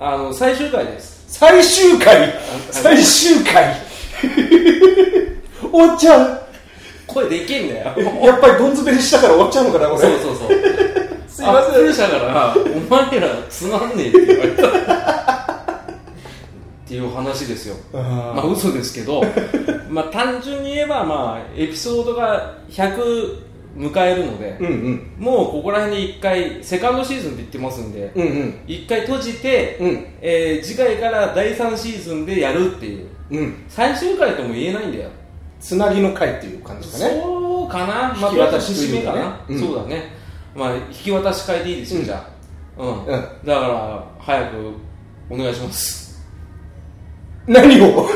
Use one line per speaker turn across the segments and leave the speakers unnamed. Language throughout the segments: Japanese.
あの最終回です
最終回最終回 終わっちゃう
声でけえんだよ
やっぱりドン詰めにしたから終わっちゃうのかなこれ
そうそうそう
すいません
んからお前らつまんねえって言われたっていう話ですよ
あー
まあ嘘ですけ どまあ単純に言えばまあエピソードが100迎えるので、
うんうん
もうここら辺で一回セカンドシーズンって言ってますんで
うんうん
一、回閉じて、
うん
えー次回から第3シーズンでやるっていう
うん
最終回とも言えないんだよ、
つなぎの回っていう感じですかね
そうかな、まあ、
引き渡し
締めかな、
というかねうん
そうだね、まあ、引き渡し会でいいですよ、
うん
じゃあ、うん
ん
だから早くお願いします
何を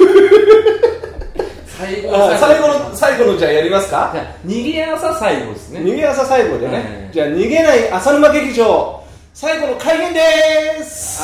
最
あ最後の最後のじゃあやりますか
じゃあ逃げ朝最後ですね
逃げ朝最後でね、
はい
じゃあ逃げない浅沼劇場最後の改編でーす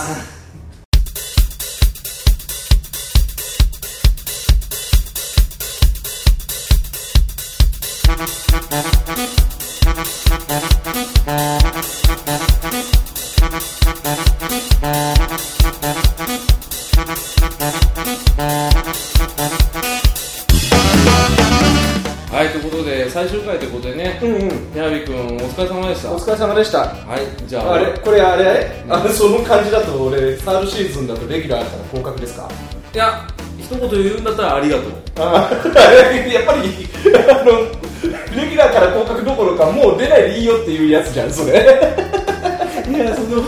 はいということで最終回ということでね、
うんうん
矢部君お疲れ様でした
お疲れ様でした
はいじゃあ
あれこれあれあれその感じだと俺サードシーズンだとレギュラーだったら合格ですか
いや一言言うんだったらありがとう
あーやっぱりあのレギュラーから合格どころかもう出ないでいいよっていうやつじゃんそれ
いやその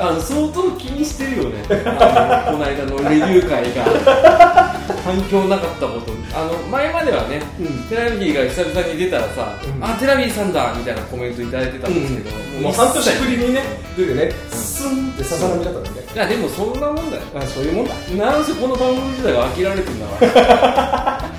あの相当気にしてるよねあのこの間のレビュー会が反響なかったことあの前まではね、
うん
テラビーが久々に出たらさ、
うん
あテラビーさんだみたいなコメントいただいてたんですけど、
も
一
う
切
半年ぶりにね出てねスンってささなみだったんで
いやでもそんなもんだよ
あそういうもんだ
なんせこの番組自体が飽きられてんだから、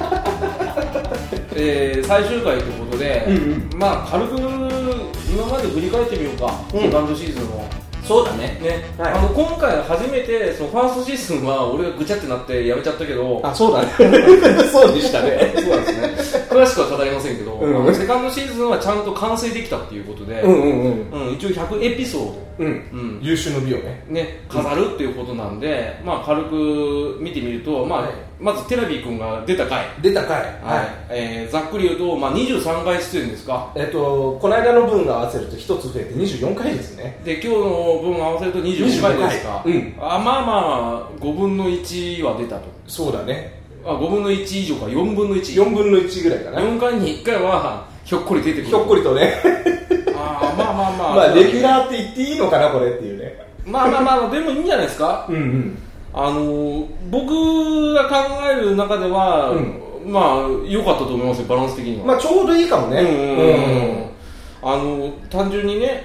えー最終回ということで、
うん
まあ軽く今まで振り返ってみようか、
うん
セカンドシーズンを
そうだね
ね
はい
あの今回初めてそのファーストシーズンは俺がぐちゃってなってやめちゃったけど
あそうだね そうでしたね
そうなんですね 詳しくは語りませんけど、
うん
あのセカンドシーズンはちゃんと完成できたっていうことで、
うんうんうん
うん一応100エピソー
うん
ド、うん
優秀の美をね
ね、飾るっていうことなんで、まあ、軽く見てみると、まあ
はい
まずテラビー君が出た回、
出た回
はいえーざっくり言うと、まあ、23回出演ですか
えっとこの間の分が合わせると一つ増えて24回ですね
で今日の分合わせると25回ですか、
25
あまあまあ5分の1は出たと
そうだね
あ5分の1以上か4分の1 4,
4分の1ぐらいかな
回に1回はひょっこり出てくる
ひょっこりとね
あーまあまあまあ
まあレギュラーって言っていいのかなこれっていうね
まあまあまあでもいいんじゃないですか
うんうん
あのー僕が考える中では、
う
まあ良かったと思いますよバランス的には、
まあちょうどいいかもね
うんあの単純にね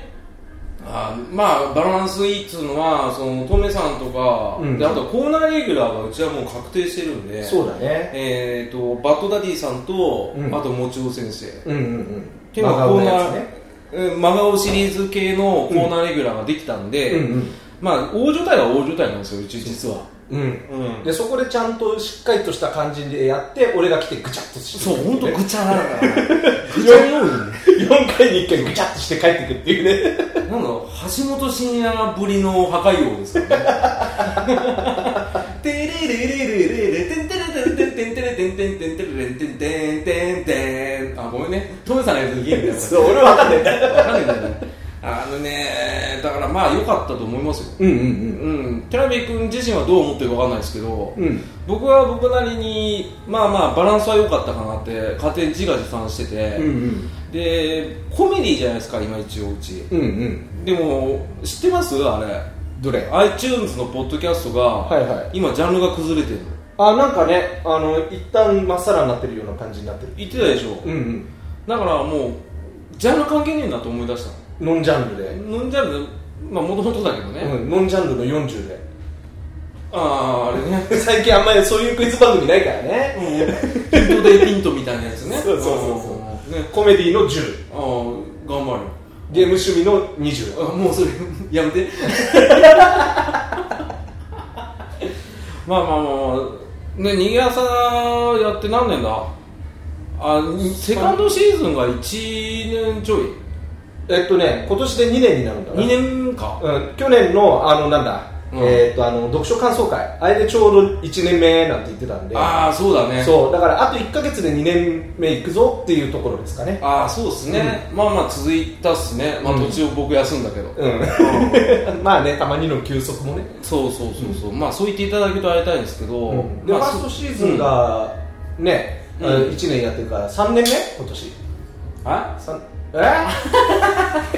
あまあバランスいいっつうのはそのトメさんとか、
うん
であとはコーナーレギュラーがうちはもう確定してるんで
そうだね
えー、とバッドダディさんと、
うん
あともちお先生
うんうんう
結構
ん真顔
コ
の
ーナ
や
ー
つね
うん真顔シリーズ系のコーナーレギュラーができたんで、
うん
まあ大所帯は大所帯なんですようち実は、
うんうん
うん、
でそこでちゃんとしっかりとした感じでやって俺が来てぐちゃっとして
そう本当
4
ぐちゃなん だよぐちゃに多いね
回に1回ぐちゃっとして帰ってくっていうね
なんだろう橋本真也ぶりの破壊王ですよね。てれれれれれれてんてれてんてんてれてんてんてんてれてんてんてんてんてんてんあごめんねトムさんのやつできるんだよ
そう俺は分かんないんだ
わかんないんだよねあのねだからまあ良かったと思いますよ
うんう
うん寺部君自身はどう思ってるかわかんないですけど、
うんうん
僕は僕なりにまあまあバランスは良かったかなって勝手に自画自賛してて、
うん
でコメディじゃないですか今一応うち
うんうん
でも知ってますあれ
どれ
iTunes のポッドキャストが、
はいはい
今ジャンルが崩れてるの
あなんかねあの一旦まっさらになってるような感じになってる
言ってたでしょ、
うん
だからもうジャンル関係ねえなと思い出し
うんノンジャンル
た
で
の飲んじゃうのまあもともとだけどね、
うんノンジャンルの40で
あああれね
最近あんまりそういうクイズ番組ないからね
うんピントデイピントみたいなやつね
そうそうそうそう
うんね
コメディの10
ああ頑張
ゲーム趣味の20
るよあもうそれやめてまあまあまあまあね逃げ朝やって何年だあセカンドシーズンが1年ちょい
えっとね今年で2年になるんだな
2年か
うん、去年のあのなんだ、
うん
えーっとあの読書感想会あれでちょうど1年目なんて言ってたんで
ああそうだね
そうだからあと1か月で2年目いくぞっていうところですかね
ああそうですね、まあまあ続いたっすねまあ
うん
途中僕休んだけど、
うん まあねたまにの休息もね、
そうそうそうそう、まあそう言っていただけるとありがたいんですけど、
で
まあ
ファーストシーズンがね、
うん
1年やってるから3年目今年
あ
三え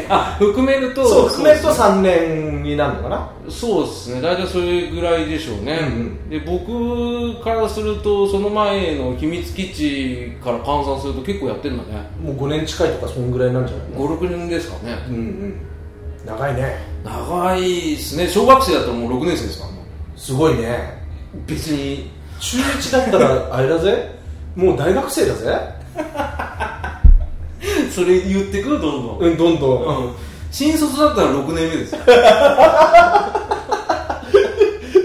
あ含めると
そう含めると
そうっすね
3年になるのかな
そうですね大体それぐらいでしょうね、
うんうん
で僕からするとその前の秘密基地から換算すると結構やってるんだね
もう5年近いとかそんぐらいなんじゃないの
56年ですかね
うんうん長いね
長いですね小学生だともう6年生ですからも
すごいね
う別に
中1だったらあれだぜもう大学生だぜ
それ言ってくるどんどん、
うんどんどん、
うん、新卒だったら6年目ですよ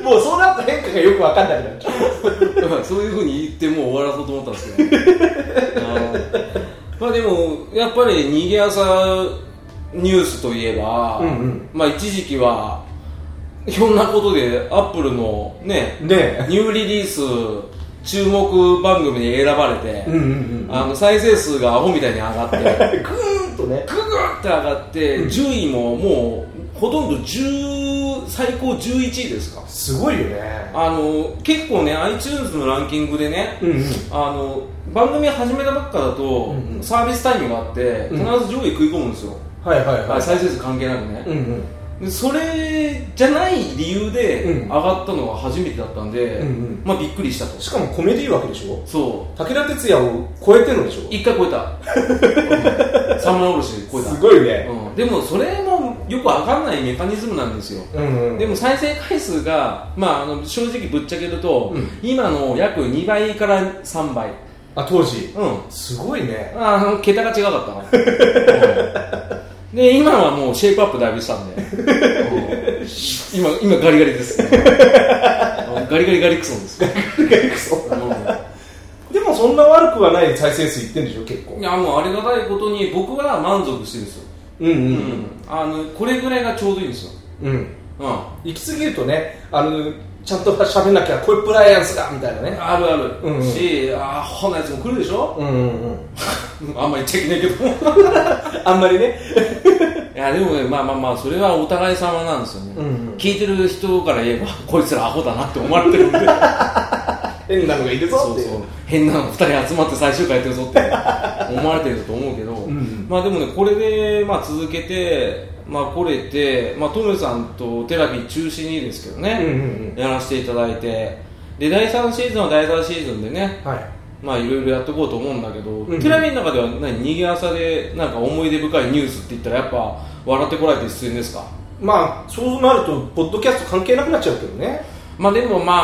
もうそうなった変化がよく分かんないなっちゃう
そういうふうに言ってもう終わらそうと思ったんです けどあーまあでもやっぱり逃げ朝ニュースといえば、
うんうん
まあ一時期はいろんなことでアップルのね
ね
ニューリリース注目番組に選ばれて、
えうんうん
あの再生数がアホみたいに上がってグ
うんグーンとね
グーって上がって、順位ももうほとんど10最高11位ですか
すごいよね
あの結構ね iTunes のランキングでね、
うんうん
あの番組始めたばっかだと、
うんうん
サービスタイムがあって必
う
ず
ん
上位食い込むんですよ、
はいはい
あ
はい
再生数関係なくね、
うんうん
でそれじゃない理由で
うん
上がったのは初めてだったんで、
うんうん
まあびっくりしたと
しかもコメディ枠でしょ
そう
武田鉄矢を超えてるのでしょ
一回超えた うん三枚おろし超えた
すごいね
うん、でもそれもよくわかんないメカニズムなんですよ
うんうん
でも再生回数が、まあ、あの正直ぶっちゃけると、
うん
今の約2倍から3倍、
あ当時
うん、
すごいね
あの桁が違か ったな、うんで今はもうシェイプアップだいぶしたんで、うん今今ガリガリです、うんガリガリガリクソンです、う
でもそんな悪くはない再生数いってんでしょ結構
んいやもうありがたいことに僕は満足してるんですよ、
うんう
うん
ん
あのこれぐらいがちょうどいいんですよ、
うん
うん、あ
行き過ぎるとねあのちゃんと喋んなきゃコイプライアンスだみたいなね
るある、
うんうん
しあーほなやつも来るでしょ、
うんうんうん
あんまり言っちゃいけないけど
あんまりね
いやでもねまあまあまあそれはお互い様なんですよね、
うんうん
聞いてる人から言えばこいつらアホだなって思われてるんで
変なのがいるぞ
そ
っ
う
て
そ
いう
う変なの2人集まって最終回やってる ぞって思われてると思うけど、
んうん
まあでもねこれでまあ続けてまあ来れてまあトムさんとテラビ中心にですけどね、
うんうんうん
やらせていただいてで第3シーズンは第3シーズンでね
はい
まあいろいろやっていこうと思うんだけど、
んうん
テラビの中では何逃げ朝でなんか思い出深いニュースって言ったらやっぱ笑ってこられて出演ですか
まあそうなるとポッドキャスト関係なくなっちゃうけどね
まあでもまあ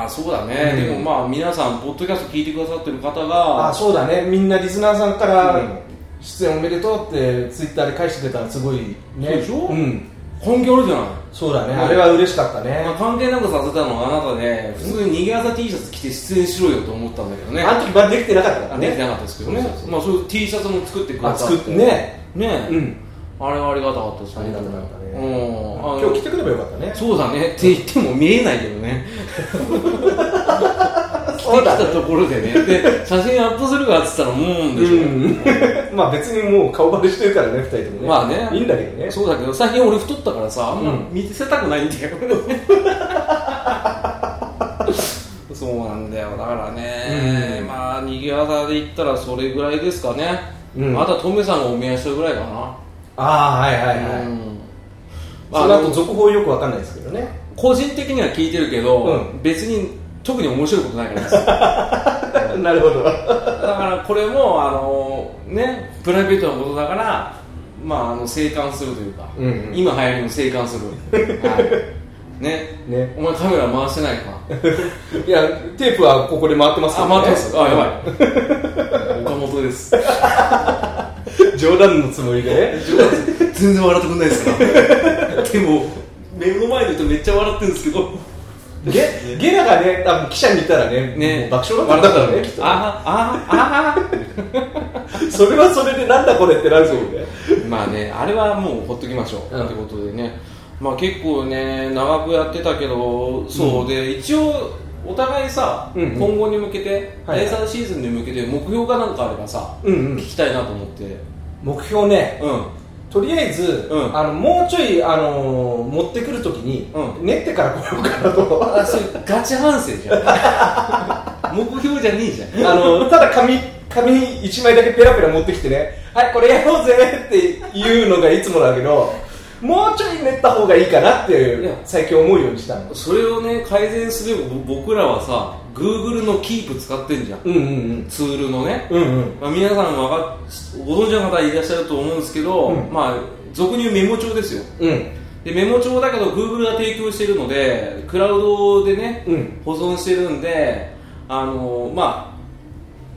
まあそうだね、
うん
でもまあ皆さんポッドキャスト聞いてくださってる方
あ
が
そうだねみんなリスナーさんから
うん
出演おめでとうってツイッターで返してくれたらすごいね
そうでしょ
うん
本業あるじゃない
そうだね
うん
あれは嬉しかったね
まあ、関係なくさせたのはあなたで、普通に逃げ朝 T シャツ着て出演しろよと思ったんだけどね、
あの時まだできてなかったから
あできて
ね
なかったですけどね、
そうそうそう
まあ、そういう T シャツも作ってくだ
あ
さ
作ってね
ね、
うん
あれはありがたかったですね、
ありがたかったね
うん、あの
今日来てくればよかったね
そうだねって言っても見えないけど ね、着て
そ
き
うだ
た
ね
ところでね、で写真アップするかって言ったら、もうんでしょ。
うん まあ別にもう顔バレしてるからね二人ともね
まあね
いいんだけどね
そうだけど最近俺太ったからさ、
うん
もう見せたくないんだよ そうなんだよだからね、
うん
まあ逃げ技で言ったらそれぐらいですかね、
うん
あとはトメさんがお見合いしたぐらいかな、
ああはいはいはい、
うんま
ま
あ、
あ、そ
あ
の後
の
続報よくわかんないですけ どね
個人的には聞いてるけど、
うん
別に特に面白いことないからですだか
なるほど
らこれもあのねプライベートなことだからまああの生還するというか、
うんうん
今流行りの生還す る、はい、ね
ね
お前カメラ回してないか
いやテープはここで回ってますけ
あ回
ど、ね、
ってますあやばい岡本です
冗談のつもりでね
全然笑ってくんないですかでも目の前の人めっちゃ笑ってるんですけど
ゲゲラがね、多分記者にいたらね、
ね
もう爆笑だったからね、きっとね
ああああ
それはそれでなんだこれってなるそうね。
まあねあれはもうほっときましょう、
うん
ってことでねまあ結構ね長くやってたけどそう、で一応お互いさ、
うんうん
今後に向けて、
は
第
い
3シーズンに向けて目標がなんかあればさ、
うんう
聞
ん。
きたいなと思って
目標ね、
うん
とりあえず、
うん
あのもうちょい、あのー持ってくるときに、
う
練ってから来ようかなと。
あそれガチ反省じゃ ん目標じゃねえじゃん
あのただ紙紙一枚だけペラペラ持ってきてねはいこれやろうぜっていうのがいつもだけどもうちょい練った方がいいかなってい
いうや
最近思うようにしたの
それをね改善すればぼ僕らはさ Google の Keep 使ってんじゃん
うんうん
ツールのね、
うんうんうん
まあ、皆さんわかっご存知の方いらっしゃると思うんですけど、
うん
まあ俗に言うメモ帳ですよ
うん
でメモ帳だけど Google が提供してるのでクラウドでね、
うん
保存してるんであのまあ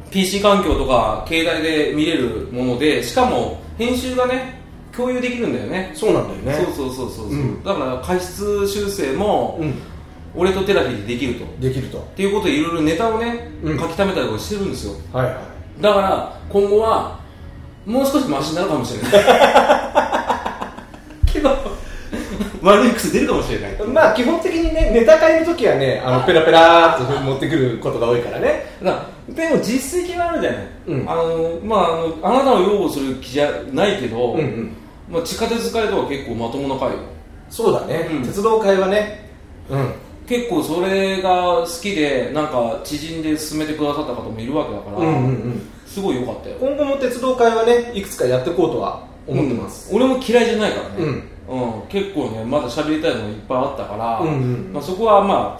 PC 環境とか携帯で見れるものでしかも編集がね共有できるんだよね
そうなんだよ
そうそうそうそうそう、
うん
だから過失修正も、
うん
俺とテラフィでできると
できると
っていうことでいろいろネタをね、
うん
書き溜めたりとかしてるんですよ
はいはい
だから今後はもう少しマシになるかもしれない けど悪い癖出るかもしれないだか
まあ基本的にねネタ会の時はねあのペラペラーっと持ってくることが多いからね
らでも実績はあるじゃない、
うん
あのまああのあなたを擁護する気じゃないけど、
うんうん
まあ、地下鉄会とか結構まともな会よ
そうだね、
うん
鉄道会はねうん
結構それが好きでなんか知人で勧めてくださった方もいるわけだから、
うんうんうん
すごい良かったよ
今後も鉄道会はねいくつかやっていこうとは思ってます、
うん、俺も嫌いじゃないからね、
うん
うん結構ねまだ喋りたいのがいっぱいあったから、
うんうん
まあ、そこはま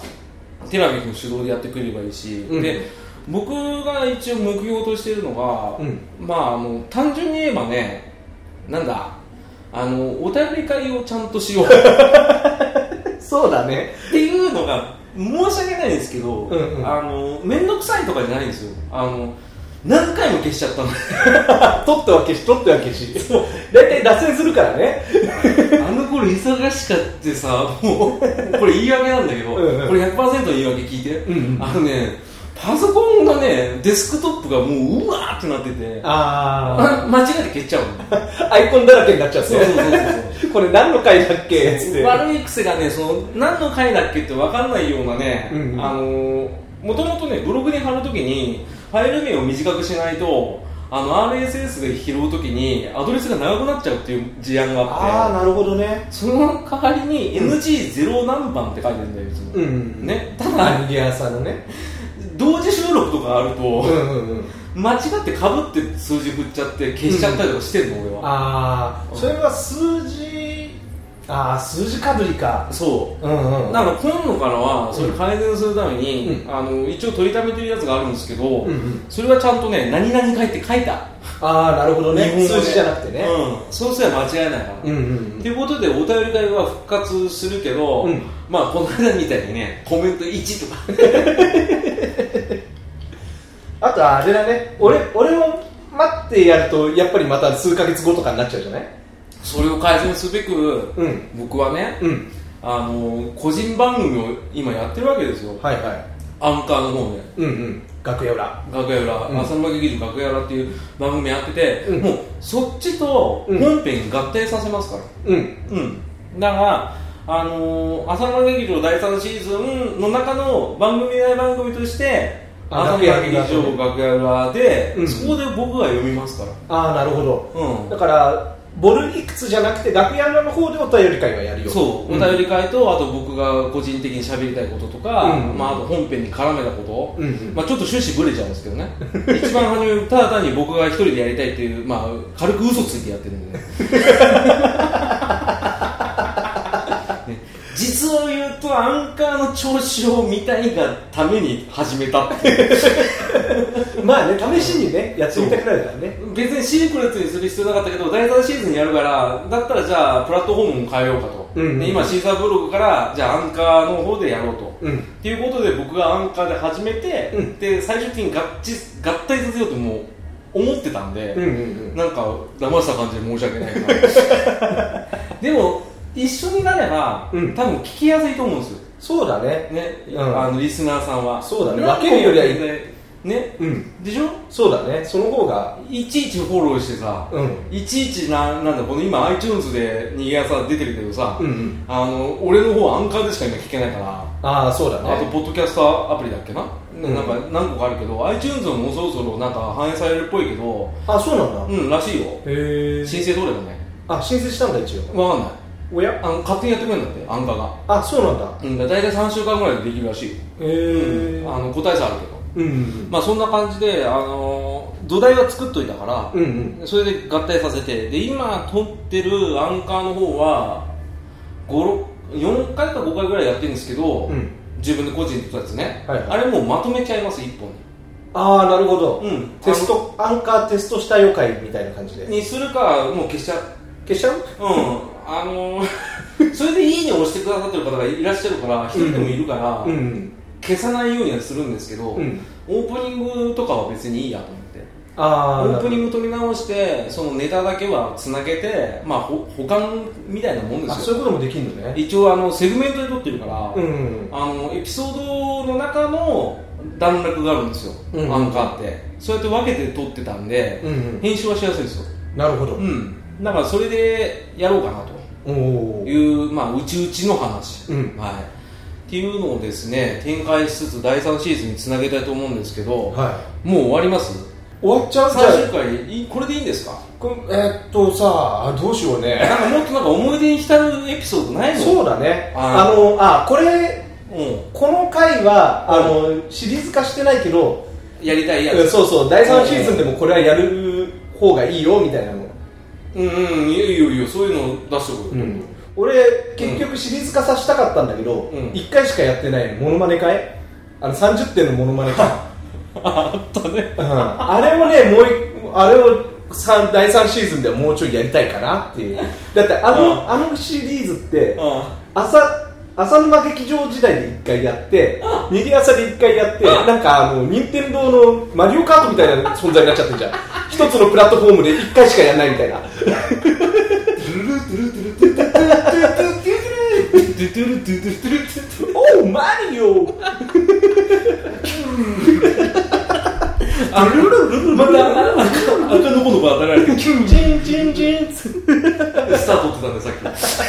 あテラビ君主導でやってくれればいいし、
うん
で僕が一応目標としてるのが、
うん
まああの単純に言えばねなんだあのお便り会をちゃんとし ようっ
そうだね
ていうのが申し訳ないんですけど、
うんうん
あの面倒くさいとかじゃないんですよあの何回も消しちゃったの
取っては消し取っては消し大体脱線するからね
あの頃忙しかってさもうこれ言い訳なんだけど
うんうん
これ100%言い訳聞いて、
うんうん
あのねパソコンがねデスクトップがもううわーってなってて
あ
あ間違えて消えちゃうの
アイコンだらけになっちゃって
そうそうそうそう
これ何の回だっけつ って
悪い癖がねその何の回だっけって分かんないようなね、
うんうん
あのもともとねブログに貼るときにファイル名を短くしないとあの RSS で拾うときにアドレスが長くなっちゃうっていう事案があ
あ
って
あなるほどね
その代わりに NG0 何番って書いてるんだよいつも、
うんうん
ねた
ア
だ
ンギアさんのね
同時収録とかある
う
と
んうんうん
間違ってかぶって数字振っちゃって消しちゃったりとかしてんの、俺は
ああそれは数字ああ数字かぶりか
そう
うんうん
なの今度からはそれ改善するために、
うん
あの一応取りためてるやつがあるんですけど、
うんうん
それはちゃんとね「何々書いて書いた
ああなるほどね
日本語で
数字じゃなくてね
うん、そうすれば間違いないから、
うんうん
っ
う
て
ん
いうことでお便り会は復活するけど、
うん
まあこの間みたいにねコメント1と か
あとあれだね俺俺を待ってやるとやっぱりまた数ヶ月後とかになっちゃうじゃない
それを改善すべく、
うん
僕はね、
うん
あの個人番組を今やってるわけですよ
はいはい
アンカーの方で
うんうん楽屋裏
楽屋裏、
うん
浅沼劇場楽屋裏っていう番組やってて、
うん
もうそっちと
うん
本編合体させますから
うん
うん、だから、あのー、朝の劇場第3シーズンの中の番組内番組として
あ
朝の劇場楽屋裏で、
うん
そこで僕が読みますから、
ああなるほど
うん
だからボルいくつじゃなくて楽屋裏の方でお便り会はやるよ
そうお便り会と、あと僕が個人的に喋りたいこととか、
うん
まあ、あと本編に絡めたこと、
うんうん
まあ、ちょっと趣旨ぶれちゃうんですけどね一番初めにただ単に僕が一人でやりたいっていう、まあ、軽く嘘ついてやってるんでね ね実を言うとアンカーの調子を見たいがために始めたっていう
まあね試しにねやってみたくなるからね
別にシークレットにする必要なかったけど第3シーズンやるからだったらじゃあプラットフォームも変えようかと、
うんうん
で今シーザーブログからじゃあアンカーの方でやろうと、
うん
っていうことで僕がアンカーで始めて、
うん
で最終的に合致合体させようともう思ってたんで、
うんうん
なんか騙した感じで申し訳ない なでも一緒になれば、
うん
多分聞きやすいと思うんですよ
そうだね
ね、
うん
あのリスナーさんは
そうだね
なんか
分けるよりはいい
ね
うん
でしょ
そうだねその方が
いちいちフォローしてさ、
うん
いちいちななんだこの今 iTunes で逃げ朝出てるけどさ、
うんうん
あの俺の方アンカーでしか今聞けないから
ああそうだ
あと
ね
ポッドキャストアプリだっけな、
うん
なんか何個かあるけど iTunes ももうそろそろなんか反映されるっぽいけど
あそうなんだ、
うんらしいよ
へえ
申請どれだね
あ申請したんだ一応
わかんない
おや
あの勝手にやってくれるんだってアンカーが
あそうなんだ
うんだから大体3週間ぐらいでできるらしいよ、
へえ
あの個体差あるけど
うんうん
まあそんな感じで、あのー土台は作っといたから、
うんうん
それで合体させてで今撮ってるアンカーの方は4回か5回ぐらいやってるんですけど、
うん
自分で個人で撮ったやつね、
はい
あれもうまとめちゃいます1本
ああなるほど、
うん
テストアンカーテストした予会みたいな感じで
ににするかもう消しちゃう
消しちゃう
うんあのー それで「いいね」を押してくださってる方がいらっしゃるから一人でもいるから、
うん
消さないようにはするんですけど、
うん
オープニングとかは別にいいやと思ってオ
ああ
ープニング取り直してそのネタだけはつなげてまあほ保管みたいなもんで
あ
す
そう
よ
いうこともできるのね
一応あのセグメントで撮ってるから、
うん
あのエピソードの中の段落があるんですよ、
うん
アンカーってそうやって分けて撮ってたんで、
うんうん
編集はしやすいですよ
なるほど、
うんだからそれでやろうかな
おお
というまあうちうちの話、
うん
はいっていうのをですね展開しつつ第3シーズンにつなげたいと思うんですけど、
は
もう終わります
い終わっちゃうじゃ
最
あ
終回いこれでいいんですか
こんえーっとさあどうしようね
なんかもっとなんか思い出に浸るエピソードないの
そうだね
あ
あのあこれ
う
この回はあのシリーズ化してないけど
ん、やりたいや
うん
つ
そうそう第3シーズンでもこれはやる方がいいよみたいなの
うんうんいいよいいよそういうの出しとく
う
よ
ん俺結局シリーズ化させたかったんだけど、
うん
一1回しかやってないモノマネ会あの30点のモノマネ 会、
あったね
うんあれもねもういあれを三第3シーズンではもうちょいやりたいかなっていうだってあの,、あのシリーズって
あ
朝浅沼劇場時代で1回やって逃げ朝で1回やってなんかあの任天堂のマリオカートみたいな存在になっちゃってるじゃん一つのプラットフォームで1回しかやらないみたいな
ドゥドゥルドゥドゥルドゥ
「 おうマリオ!」
あルルルルまた赤のほのば当たられて
チンチンチンつって
スタート取ってたんださ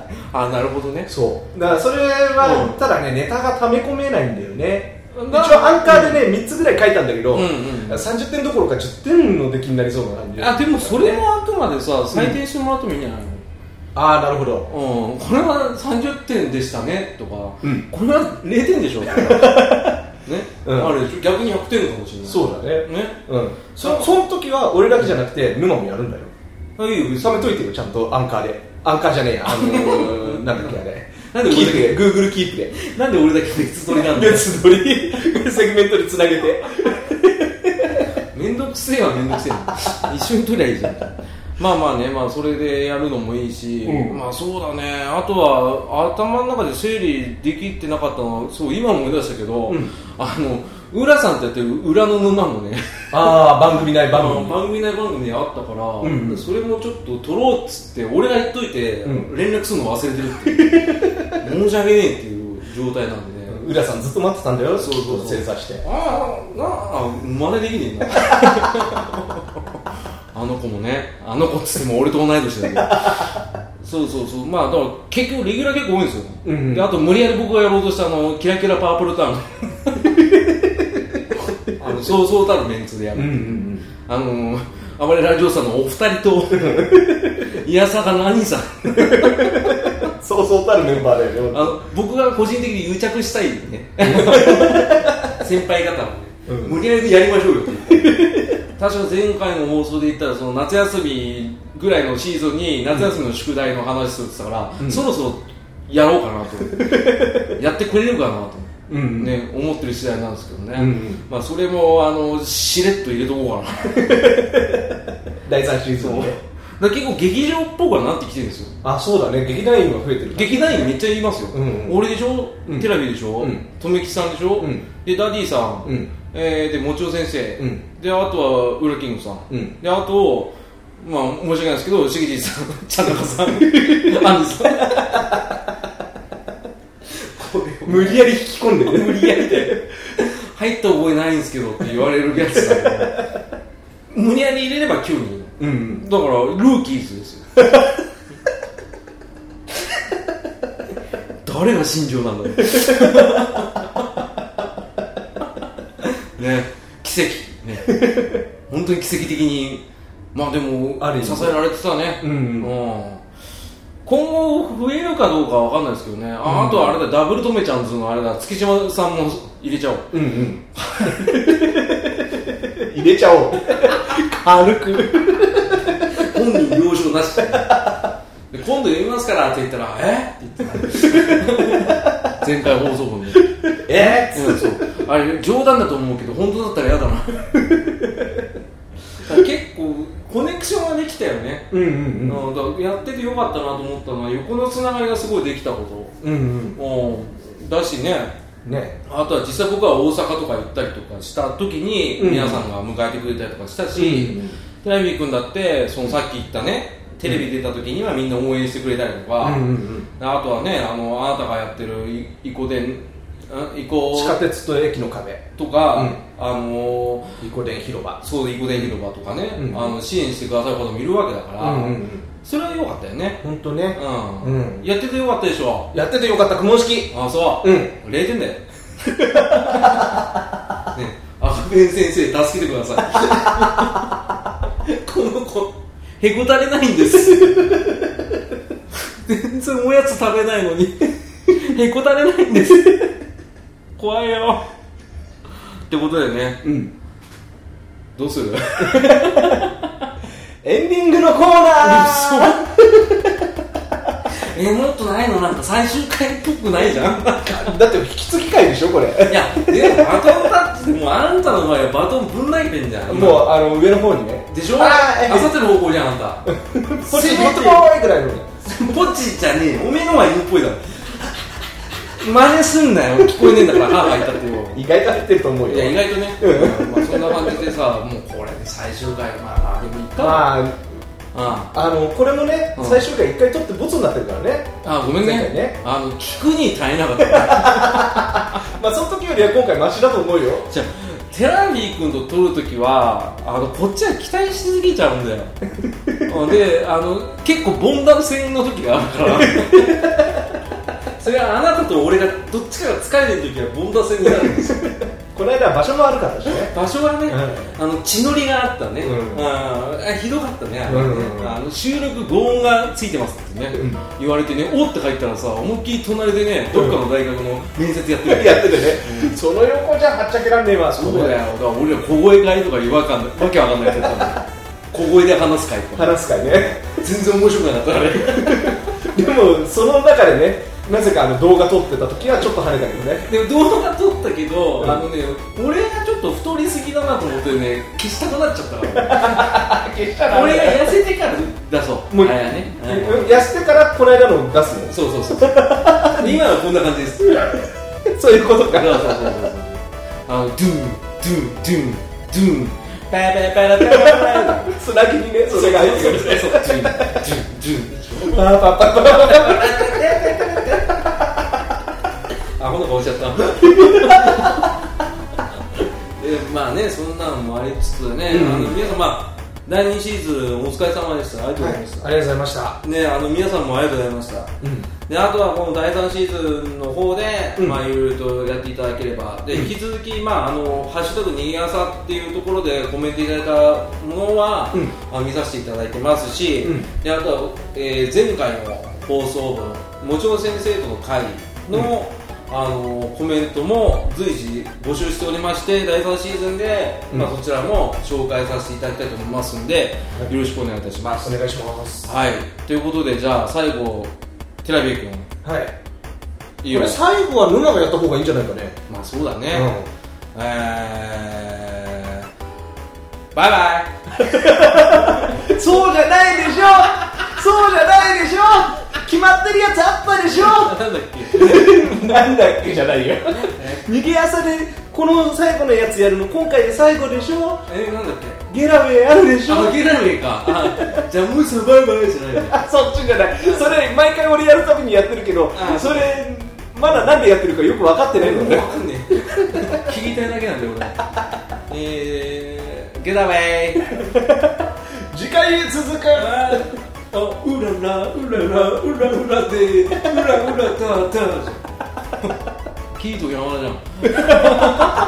っき あなるほどね
そうだからそれ
う
は
ん
ただねネタが溜め込めないんだよね一
だ
応アンカーでね3つぐらい書いたんだけど
うんうん
30点どころか10点の出来になりそうな感じ
あでもそれもあくまでさ採点してもらってもいいんじゃないの、
ああなるほど
うん、これは30点でしたねとか、
うん
これは0点で しょね、
うん
あれでしょ逆に100点かもしれない
そうだね
ね
うんそその時は俺だけじゃなくて沼もやるんだよ
あいいよ別
収
に
めといてよちゃんとアンカーでアンカーじゃねえやあのーなんだっけあれ
なんで
キープで Google キープで
なんで俺だけ別撮りなんだよ
別撮りセグメントにつなげて
めんどくせえはめんどくせえ な一緒に撮りゃいいじゃんまあまあね、まあ、それでやるのもいいし、
うん
まあそうだねあとは頭の中で整理できてなかったのそう今思い出したけど、
うん
あの浦さんってやってる裏の沼もね
ああ番組ない番
あの
組
番組内番組であったから、
んうん
それもちょっと撮ろうっつって俺が言っといて、
う
連絡するの忘れてるっていう申し訳ねえっていう状態なんでね、
浦さんずっと待ってたんだよ
そうそうそう
正座して
ああなあ真似できねえなあの子もねあの子っつっても俺と同い年だけどそうそうそうまあだから結局レギュラー結構多いんですよ、
うんうん
であと無理やり僕がやろうとしたあのキラキラパープルタウンあのそうそうたるメンツでやる、
うんうんうん
あのー、あまりラジオさんのお二人と いやさかの兄さん
そうそうたるメンバーだよね
あの僕が個人的に癒着したい ね先輩方もね、
うん
無理やりやりましょうよって言って確か前回の放送で言ったらその夏休みぐらいのシーズンに夏休みの宿題の話するって言ってたから、
うん
そろそろやろうかなとやってくれるかなと、
うんうん
ね、思ってる次第なんですけどね、
うんうん
まあ、それもあのしれっと入れとこうかな
第3シーズンで
だから結構劇場っぽくはなってきてるんですよ
あそうだね劇団員が増えてる
劇団員めっちゃ言いますよ、
うんうん
俺でしょ、
うん
テラビでしょ、
うん
とめきさんでしょ、
うん
でダディさん、
うん
えーでもちお先生、
うん
であとはウラキングさん、
うん
であとまあ申し訳ないですけどしげじい さんちゃんなかさんアンジさんそうよ
無理やり引き込んで る
無理やりで入った覚えないんですけどって言われるやつだから無理やり入れれば9人
うん
だからルーキーズですよ 誰が新庄なんだよ ね奇跡ね本当に奇跡的にまあでも
ある意味
支えられてたね
うん
うん今後増えるかどうかわかんないですけどねあ,、あとはあれだダブルとめちゃんズのあれだ月島さんも入れちゃおう
うんうん 入れちゃおう軽く
本人了承なしで今度読みますからって言ったら「えっ?」て言ってた前回放送分で、
え
うんそうあれ冗談だと思うけど本当だったら嫌だなだから結構コネクションができたよね、
うんう
うんん、だからやっててよかったなと思ったのは横のつながりがすごいできたこ
うんうん
と、うん、だしね
うんね
あとは実際僕は大阪とか行ったりとかした時に
うん
皆さんが迎えてくれたりとかしたし、
うん
テレビ君だってそのさっき言ったねテレビ出た時にはみんな応援してくれたりとか、
うんうん
あとはねあのあなたがやってるい「イコ電」ん「イコ
地下鉄と駅の壁
とか、
うん
あの
リコデン広場
そう「イコ電広場」とかね、
うん
あの支援してくださる方もいるわけだから、
うんうんうん
それは良かったよね、
本当
う
ね
ん
うん
やってて良かったでしょ
やっててよかった公文式
あそう、
うん
0点だよ ね赤ペン先生助けてください この子へこたれないんです 全然おやつ食べないのに へこたれないんです怖いよってことでね
うん
どうする
エンディングのコーナー
えもっとないのなんか最終回っぽくないじゃん
だって引き継ぎ会でしょこれ
いやでもバトンタッチでもうあんたの場合はバトンぶん投げてんじゃん
もうあの上の方にね
でしょ
あーえ
あさっての方向じゃんあんた
ポチッとこいぐらいの
ポッチじゃねえよおめえのは犬っぽいだろ真似すんなよ聞こえねえんだから歯が言ったってよ
意外と入ってると思う
いや意
よ
外とね、まあ、そんな感じでさもうこれで最終回まあでもいったわ、
まあ
あ
あのこれもね
うん
最終回一回撮ってボツになってるからね
ああごめんね
前回ね
あの聞くに耐えなかった
まあその時よりは今回マシだと思うよ
じゃあテラビー君と撮るときはあのこっちは期待しすぎちゃうんだよ うんであの結構ボンダム戦の時があるから それはあなたと俺がどっちかが疲れてる時はボンダム戦になるん ですよ
この間場所も悪かったしね
場所がね、あの血のりがあったね、
うん
あーあひどかったね、あれね
うんうんうん
あの収録、轟音がついてますってね、
うん
言われてね、おーって入ったらさ、思いっきり隣でね、どっかの大学の面接やってる、
やっててねその横じゃはっちゃけらんねえわそ
そう
こ
だよ、だから俺ら小声会とか違和感わけわかんないけど、小声で話す会とか、
話す会ね
全然面白くなかった、あれ、
でもその中でねなぜかあの動画撮ってた時はちょっと跳ねたけどね
でも動画撮ったけど、
うん
あのね、俺がちょっと太りすぎだなと思ってね、消したくなっちゃったから、俺が痩せてから出そう、
もう
あれはね。うん
うん痩せてからこの間の出すの
そうそうそうで今はこんな感じです
そういうことか
そうそうそうそうあのドゥンドゥンドゥンドゥンパラパラパラパラパ ラ
つなぎにねそれが入ってくる
そうそうそうドゥンドゥンドゥン
パラパラパラ
アホな顔しちゃった でまあねそんなのもありつつね、
うん
あの皆さんまあ第2シーズンお疲れ様でしたありがとうございました、
ありがとうございました
ねあの皆さんもありがとうございました
うん
であとはこの第3シーズンの方で、
うん
まあいろいろとやっていただければで、
うん
引き続き、まあ、あのハッシュタグにぎやさっていうところでコメントいただいたものは、
うん
あ見させていただいてますし、
うん
であとは、えー前回の放送分もちろん先生との会の、あのコメントも随時募集しておりまして第3シーズンで、
うん
まあ、そちらも紹介させていただきたいと思いますんで、
はい
よろしくお願いいたします
お。願いします
はい、ということでじゃあ最後テラビー君
はい
いいよ
これ最後はルナがやった方がいいんじゃないかね
まあそうだね、
う
えー、バイバイ
んそうじゃないでしょそうじゃないでしょ決まってるやつあったでしょ
なんだっけ
なんだっけじゃないよ逃げ朝でこの最後のやつやるの今回で最後でしょ
えなんだっけ
ゲラウェイあるでしょ
あゲラウェイかあじゃあもう一度バイバイじゃない
あそっちじゃないそれ毎回俺やるたびにやってるけど
あ
それまだなんでやってるかよく分かってないの
分
ね
かんねえ聞いたいだけなんだよ俺えー、ゲダウェイ
次回へ続く
あうららうららうらうらで うらうらたた聞いと山田じゃん